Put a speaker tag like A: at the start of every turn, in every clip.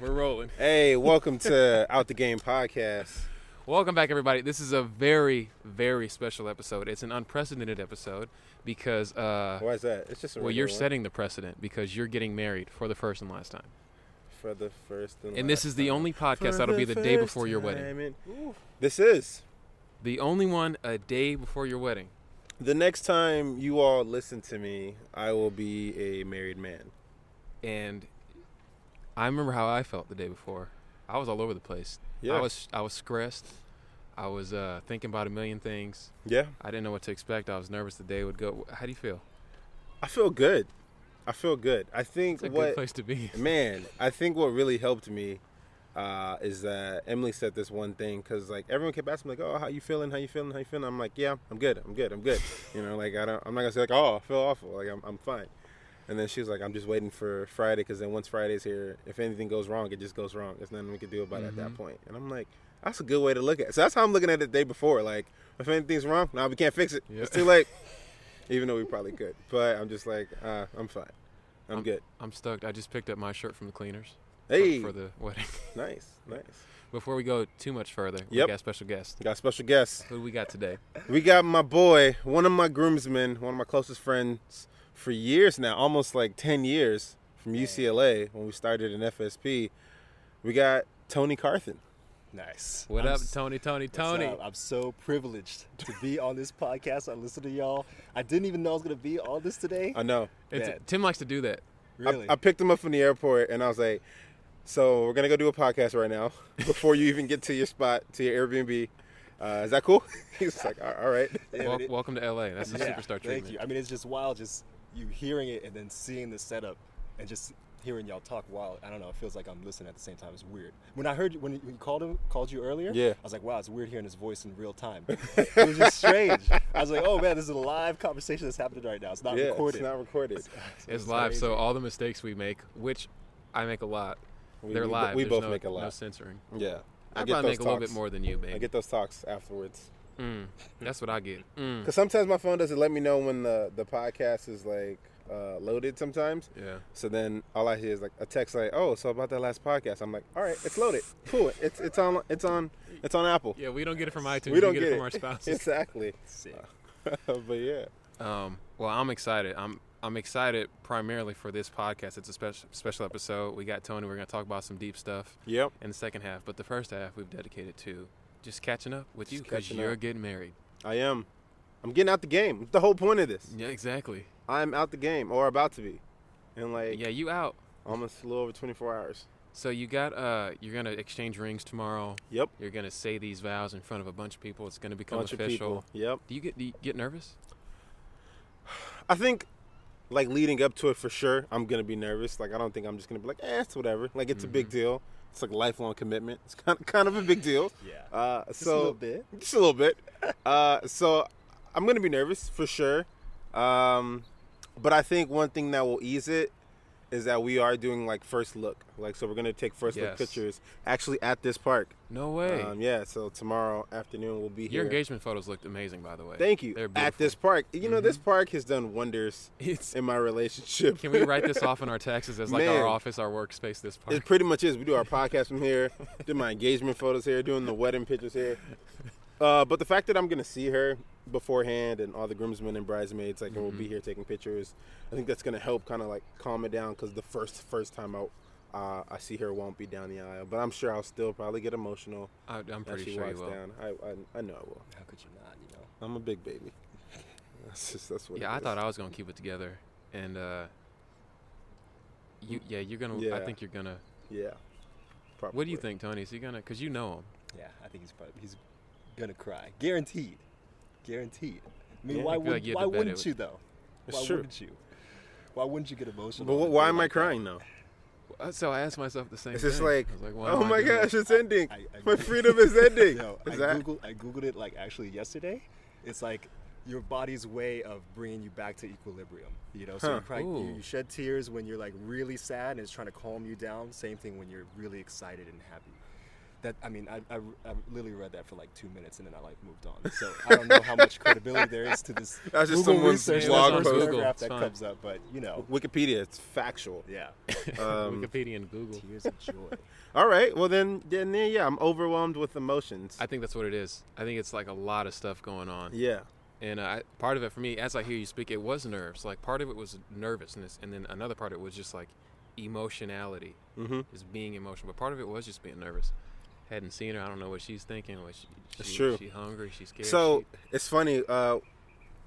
A: We're rolling.
B: Hey, welcome to Out the Game podcast.
A: Welcome back, everybody. This is a very, very special episode. It's an unprecedented episode because, uh,
B: Why is that? It's just a
A: well,
B: regular
A: you're
B: one
A: setting the precedent because you're getting married for the first and last time.
B: for the first and,
A: And this
B: last
A: is the
B: time.
A: only podcast
B: For
A: that'll be
B: the
A: the day
B: first
A: before your wedding.
B: time in- This is
A: The only one a day before your wedding.
B: the next time you all listen to me. I will be a married man.
A: And I remember how I felt the day before. I was all over the place.
B: Yeah,
A: I was I was stressed. I was uh, thinking about a million things.
B: yeah.
A: I didn't know what to expect. I was nervous the day would go. How do you feel?
B: I feel good. I feel good. I think
A: It's a
B: what
A: good place to be.
B: man i think what really helped me uh, is that emily said this one thing because like everyone kept asking me like oh how you feeling how you feeling how you feeling i'm like yeah i'm good i'm good i'm good you know like i don't i'm not gonna say like oh i feel awful like i'm, I'm fine and then she was like i'm just waiting for friday because then once friday's here if anything goes wrong it just goes wrong there's nothing we can do about it at that
A: Mhm.
B: point and i'm like that's a good way to look at it so that's how i'm looking at it the day before like if anything's wrong now we can't fix it
A: Yeah.
B: it's too late even though we probably could but i'm just like uh, i'm fine i'm, good
A: I'm stoked. I just picked up my shirt from the cleaners for-
B: hey
A: for, the wedding.
B: nice nice
A: Before we go too much further, we
B: Yep.
A: got a special guest.
B: Got special guests.
A: Who do we got today?
B: We got my boy, one of my groomsmen, one of my closest friends for years now, almost like 10 years from UCLA when we started in FSP. We got Tony Carthen.
C: Nice.
A: What
C: I'm
A: up,
C: s-
A: Tony? Tony?
C: what's
A: Tony?
C: up? I'm so privileged to be on this podcast. I listen to y'all. I didn't even know I was gonna be on this today.
B: I know.
A: It's-
C: Bad.
A: Tim likes to do that.
C: Really?
B: I, I picked him up from the airport and I was like, so we're going to go do a podcast right now before you even get to your spot, to your Airbnb. Uh, is that cool? He's like, all all right.
C: Yeah,
A: Wel-
C: but it-
A: welcome to LA. That's the
C: yeah,
A: superstar
C: Thank you.
A: treatment.
C: I mean, it's just wild, just you hearing it and then seeing the setup and just hearing y'all talk. Wow, I don't know. It feels like I'm listening at the same time. It's weird. When I heard you, when you when you called him, called you earlier.
B: Yeah.
C: I was like, wow, it's weird hearing his voice in real time. it was just strange. I was like, oh man, this is a live conversation that's happening right now. It's not
B: yeah,
C: recorded.
B: it's not recorded.
A: It's live, so all the mistakes we make, which I make a lot,
B: We-
A: they're
B: we bo-
A: live.
B: we
A: There's
B: both
A: no,
B: make a lot.
A: No censoring.
B: Yeah.
A: I, probably make
B: those
A: a little bit
B: talks.
A: more than you,
B: I
A: man.
B: get those talks afterwards.
A: Mm, that's what I get. Mm,
B: Because sometimes my phone doesn't let me know when the, the podcast is like uh, loaded sometimes.
A: yeah.
B: So then all I hear is like a text like, "Oh, so about that last podcast." I'm like, "All right, it's loaded. Cool. It's it's on it's on it's on Apple.
A: Yeah, we don't get it from iTunes.
B: we don't
A: get,
B: get
A: it from our spouses.
B: exactly." Uh,
C: Sick.
B: but yeah,
A: Um, well, I'm excited. I'm I'm excited primarily for this podcast. It's a special special episode. We got Tony. We're gonna talk about some deep stuff
B: yep.
A: in the second half, but the first half we've dedicated to just catching up with you
B: Just
A: because
B: catching
A: you're
B: up.
A: getting married.
B: I am. I'm getting out the game. It's the whole point of this.
A: Yeah, exactly.
B: I'm out the game or about to be, in like
A: Yeah, you out.
B: almost a little over 24 hours.
A: So you got uh, you're gonna exchange rings tomorrow.
B: Yep.
A: You're gonna say these vows in front of a bunch of people. It's gonna become
B: Bunch of
A: official.
B: people. Yep.
A: do you get do you get nervous?
B: I think like leading up to it for sure, I'm gonna be nervous. Like I don't think I'm just gonna be like, eh, it's whatever. Like it's a big
C: Mm-hmm.
B: deal. It's like a lifelong commitment. It's kind of, kind of a big deal.
C: Yeah.
B: Uh,
C: Just
B: so
C: a little bit.
B: just a little bit. Uh, so I'm gonna be nervous for sure. Um, but I think one thing that will ease it is that we are doing like first look. Like so, we're gonna take first
A: Yes.
B: look pictures actually at this park.
A: No way.
B: Um, yeah. So tomorrow afternoon we'll be
A: Your
B: here.
A: engagement photos looked amazing, by the way.
B: Thank you.
A: They're
B: At
A: beautiful.
B: this park, you know
C: Mm-hmm.
B: this park has done wonders
A: It's,
B: in my relationship.
A: can we write this off in our taxes as like
B: Man.
A: our office, our workspace, this part?
B: It pretty much is. We do our podcast from here, do my engagement photos here, doing the wedding pictures here. Uh, but the fact that I'm gonna see her beforehand and all the groomsmen and bridesmaids, like, and we'll
A: Mm-hmm.
B: be here taking pictures, I think that's gonna help kind of like calm it down because the first first time out, uh, I see her won't be down the aisle, but I'm sure I'll still probably get emotional
A: I, I'm
B: as
A: pretty
B: she
A: sure you
B: walks
A: will.
B: down. I, I I know I will.
C: How could you not? You know.
B: I'm a big baby. That's just that's what.
A: Yeah,
B: it
A: I
B: is.
A: thought I was gonna keep it together, and uh, you, yeah, you're gonna. I
B: Yeah.
A: think you're gonna.
B: Yeah. Probably.
A: What do you think, Tony? Is he gonna? Cause you know him.
C: Yeah, I think he's probably he's gonna cry. Guaranteed. Guaranteed. I mean,
B: Yeah,
A: I
C: why
A: feel
C: would
A: like you have
C: why
A: to bet it
C: wouldn't
A: would-
C: you though?
B: It's
C: why
B: true.
C: wouldn't you? Why wouldn't you get emotional?
B: But
C: on a
B: wh-
C: day
B: why am I
C: like that?
B: crying though?
A: Uh, So I asked myself the same.
B: It's just
A: thing.
B: like,
A: I was why
B: oh
A: am I
B: my
A: doing
B: gosh,
A: this?
B: it's ending.
C: I- I-
B: my freedom is ending.
C: Yo, I
B: Is that-
C: googled I googled it like actually yesterday. It's like your body's way of bringing you back to equilibrium. You know, so
B: Huh.
C: you, cry, you,
A: Ooh.
C: you shed tears when you're like really sad and it's trying to calm you down. Same thing when you're really excited and happy. That I mean, I, I, I literally read that for like two minutes and then I like moved on. So I don't know how much credibility there is to this.
B: That's just
C: Google
B: someone's
C: research,
B: blog
C: this
B: post.
C: paragraph that
A: It's fine.
C: comes up, but you know,
B: Wikipedia, it's factual.
C: yeah.
B: Um,
A: Wikipedia and Google.
C: Tears of joy.
B: all right. Well, then, then, yeah, yeah, I'm overwhelmed with emotions.
A: I think that's what it is. I think it's like a lot of stuff going on.
B: yeah.
A: And uh, I, part of it for me, as I hear you speak, it was nerves. Like part of it was nervousness, and then another part of it was just like emotionality,
B: Mm-hmm.
A: just being emotional. But part of it was just being nervous. Hadn't seen her. I don't know what she's thinking. What she,
B: That's
A: she-
B: true.
A: She hungry. She's scared.
B: So
A: she-
B: it's funny. Uh,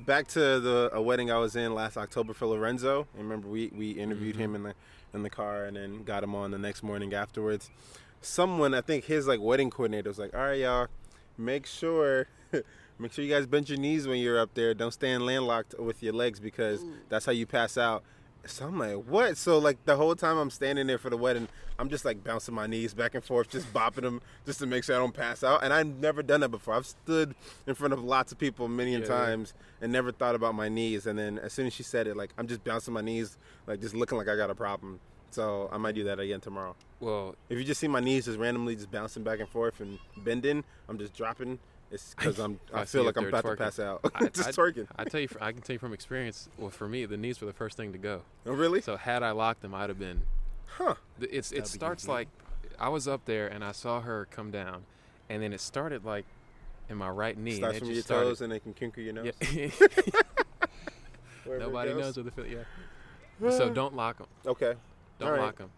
B: back to the a wedding I was in last October for Lorenzo. And remember, we we interviewed him in the in the car and then got him on the next morning afterwards. Someone, I think his like wedding coordinator was like, "All right, y'all, make sure." Make sure you guys bend your knees when you're up there. Don't stand landlocked with your legs because that's how you pass out. So I'm like, what? So like the whole time I'm standing there for the wedding, I'm just like bouncing my knees back and forth, just bopping them, just to make sure I don't pass out. And I've never done that before. I've stood in front of lots of people many and
A: Yeah, yeah.
B: times and never thought about my knees. And then as soon as she said it, like I'm just bouncing my knees, like just looking like I got a problem. So I might do that again tomorrow.
A: well,
B: If you just see my knees just randomly just bouncing back and forth and bending, I'm just dropping. It's because I'm I,
A: I see
B: feel
A: you
B: like
A: up
B: I'm
A: there
B: about to
A: twerking.
B: pass out.
A: I-
B: just
A: I-
B: twerking.
A: I tell you, fr- I can tell you from experience. Well, for me, the knees were the first thing to go.
B: Oh, really?
A: So had I locked them, I'd have been.
B: Huh.
A: Th- It's it
C: That'd be
A: starts like,
C: confusing.
A: I was up there and I saw her come down, and then it started like, in my right knee. and
B: Starts
A: it
B: from
A: just
B: your
A: started-
B: toes and they can conquer your nose.
A: Yeah.
B: wherever it
A: Nobody
B: goes.
A: knows what the feel. Yeah. so don't lock them.
B: Okay.
A: Don't
B: All right.
A: lock them.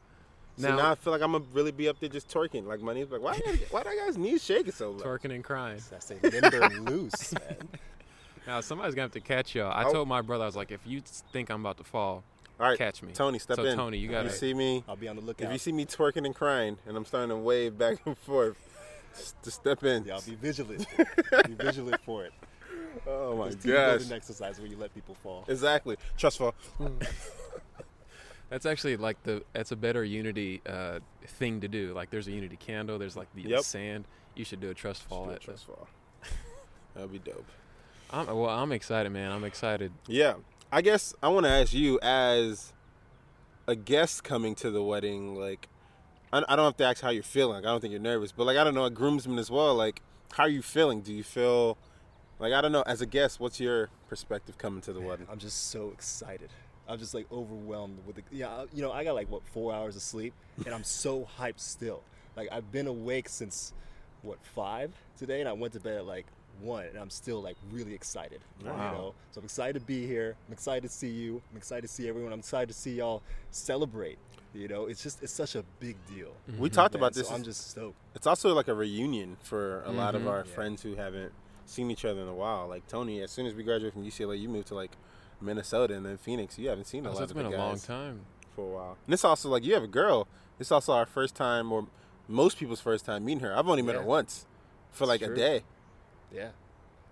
B: So
A: Now-
B: now I feel like I'm gonna really be up there just twerking. Like my knees, like why? Why do I guys knees shaking so low?
A: Twerking and crying.
C: I say limber and loose, man.
A: Now somebody's gonna have to catch y'all. I
B: I'll-
A: told my brother, I was like, if you think I'm about to fall,
B: All right,
A: catch me.
B: Tony, step
A: So,
B: in.
A: Tony, you
B: If
A: gotta-
B: You see me?
C: I'll be on the lookout.
B: If you see me twerking and crying, and I'm starting to wave back and forth, s- just step in.
C: yeah, I'll be vigilant. be vigilant for it.
B: Oh my
C: It's team building
B: gosh!
C: exercise where you let people fall.
B: Exactly. Trust fall.
A: that's actually like the that's a better unity uh, thing to do. Like there's a unity candle. There's like the
B: Yep.
A: sand. You should do a trust fall.
B: Do a
A: At
B: Trust fall. That'll be dope.
A: I'm, well, I'm excited, man. I'm excited.
B: Yeah. I guess I want to ask you as a guest coming to the wedding, like, I, I don't have to ask how you're feeling. Like, I don't think you're nervous, but like, I don't know, a groomsman as well, like, how are you feeling? Do you feel, like, I don't know, as a guest, what's your perspective coming to the wedding?
C: I'm just so excited. I'm just like overwhelmed with the yeah. I- You know, I got like what four hours of sleep, and I'm so hyped still. Like I've been awake since what five today, and I went to bed at like one, and I'm still like really excited.
A: Wow.
C: You know, so I'm excited to be here. I'm excited to see you. I'm excited to see everyone. I'm excited to see y'all celebrate. You know, it's just it's such a big deal.
A: Mm-hmm.
B: We talked
C: man.
B: about
C: So
B: this.
C: I'm just stoked.
B: it's also like a reunion for a lot
A: Mm-hmm.
B: of our
C: Yeah.
B: friends who haven't seen each other in a while. Like, Tony, as soon as we graduated from UCLA, you moved to like Minnesota and then Phoenix. You haven't seen a
A: Oh,
B: lot
A: so it's
B: of the
A: been a
B: guys.
A: long time.
B: for a while. And it's also like you have a girl. It's also our first time, or most people's first time meeting her. I've only met
C: Yeah.
B: her once for like
C: true.
B: a day.
C: Yeah,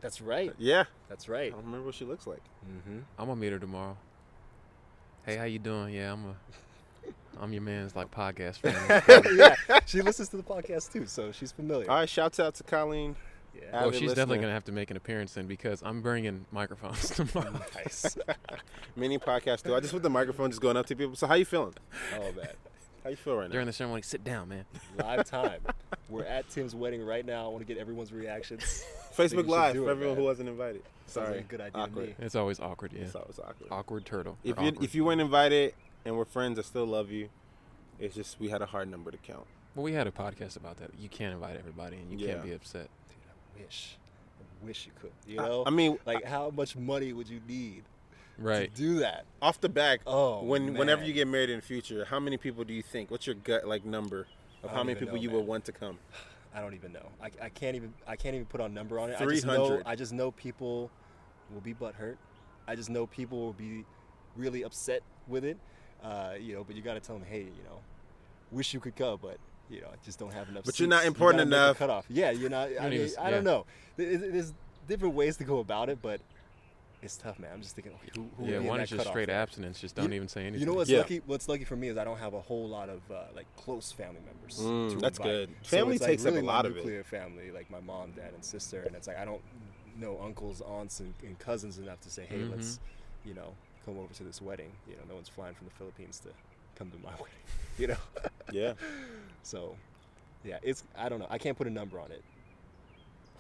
C: that's right.
B: Yeah,
C: That's
B: I
C: right.
B: don't remember what she looks like.
C: Mm-hmm.
A: I'm gonna meet her tomorrow. Hey, how you doing? Yeah, I'm a. I'm your man's like podcast friend.
C: yeah, she listens to the podcast too, so she's familiar.
B: All right, shouts out to Colleen.
C: Yeah.
A: well,
B: Avid
A: she's definitely
B: listener.
A: gonna have to make an appearance then because I'm bringing microphones tomorrow.
C: Nice.
B: Many podcasts do. I just with the microphone just going up to people. So how you feeling?
C: Oh man,
B: How you feel right now?
A: During the ceremony, sit down, man.
C: live time. We're at Tim's wedding right now. I want to get everyone's reactions. you
B: Facebook
C: should
B: Live
C: do
B: for
C: it,
B: everyone
C: man.
B: who wasn't invited.
C: Sounds
B: Sorry,
C: like a good idea to
B: Awkward.
C: me.
A: It's always awkward, yeah.
B: So it was awkward.
A: Awkward turtle.
B: If
A: or
B: you
A: awkward.
B: if you weren't invited and we're friends, I still love you. It's just we had a hard number to count.
A: well, we had a podcast about that. You can't invite everybody, and you
B: Yeah.
A: can't be upset.
C: Dude, I wish, I wish you could. You
B: I-
C: know,
B: I mean,
C: like how much money would you need
A: Right.
C: to do that?
B: Off the back,
C: Oh,
B: when whenever
C: man.
B: you get married in the future, how many people do you think? What's your gut like number of
C: I
B: how
C: don't
B: many
C: even
B: people
C: know,
B: you
C: man.
B: would want to come?
C: I don't even know. I, I can't even. I can't even put a number on it. I just know.
B: 300.
C: I just know people will be butthurt. I just know people will be really upset with it. Uh, you know, but you got to tell them, hey, you know, wish you could go, but you know, I just don't have enough.
B: But you're not
C: seats. You
B: important
C: gotta make a
B: enough.
C: Cutoff. Yeah, you're not. I,
A: don't
C: mean,
A: even-
C: I don't
A: yeah.
C: know. There- there- There's different ways to go about it, but it's tough, man. I'm just thinking, okay, who, who
A: yeah,
C: would be in
A: one
C: that
A: is just
C: cutoff
A: straight
C: there?
A: abstinence. Just don't
C: You-
A: even say anything.
C: You know what's
B: Yeah.
C: lucky? What's lucky for me is I don't have a whole lot of uh, like close family members.
B: Mm,
C: to
B: that's
C: invite.
B: good.
C: So
B: Family
C: it's, like,
B: takes up
C: really
B: a
C: my
B: lot of it.
C: Nuclear family, like my mom, dad, and sister, and it's like I don't know uncles, aunts, and, and cousins enough to say, hey, let's,
B: Mm-hmm.
C: you know, come over to this wedding. You know, no one's flying from the Philippines to come to my wedding. You know,
B: Yeah.
C: so yeah, it's I don't know. I can't put a number on it.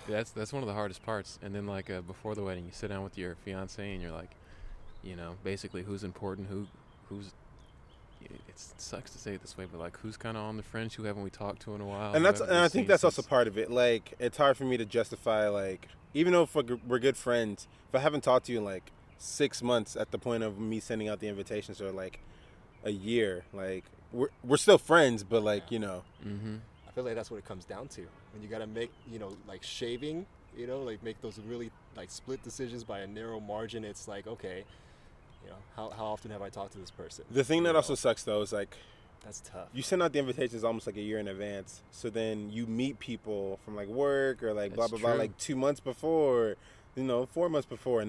A: Yeah, that's that's one of the hardest parts. And then like uh, before the wedding, you sit down with your fiance and you're like, you know, basically who's important, who who's. It it's- it sucks to say it this way, but like who's kind of on the fringe? Who haven't we talked to in a
C: Oh,
A: while? who
B: and that's
A: haven't
B: and
A: we
B: I think
A: seen
B: that's
A: since-
B: also part of it. Like it's hard for me to justify like even though if we're g- we're good friends, if I haven't talked to you in like six months at the point of me sending out the invitations or like a year, like we're we're still friends, but like you know,
A: Mm-hmm.
C: I feel like that's what it comes down to. When you gotta make, you know, like shaving, you know, like make those really like split decisions by a narrow margin. It's like, okay, you know, how, how often have I talked to this person?
B: the thing that
C: You
B: also
C: know,
B: sucks though is like
C: that's tough.
B: you send out the invitations almost like a year in advance. So then you meet people from like work or like blah
A: That's
B: blah blah
A: true.
B: like two months before, you know, four months before, and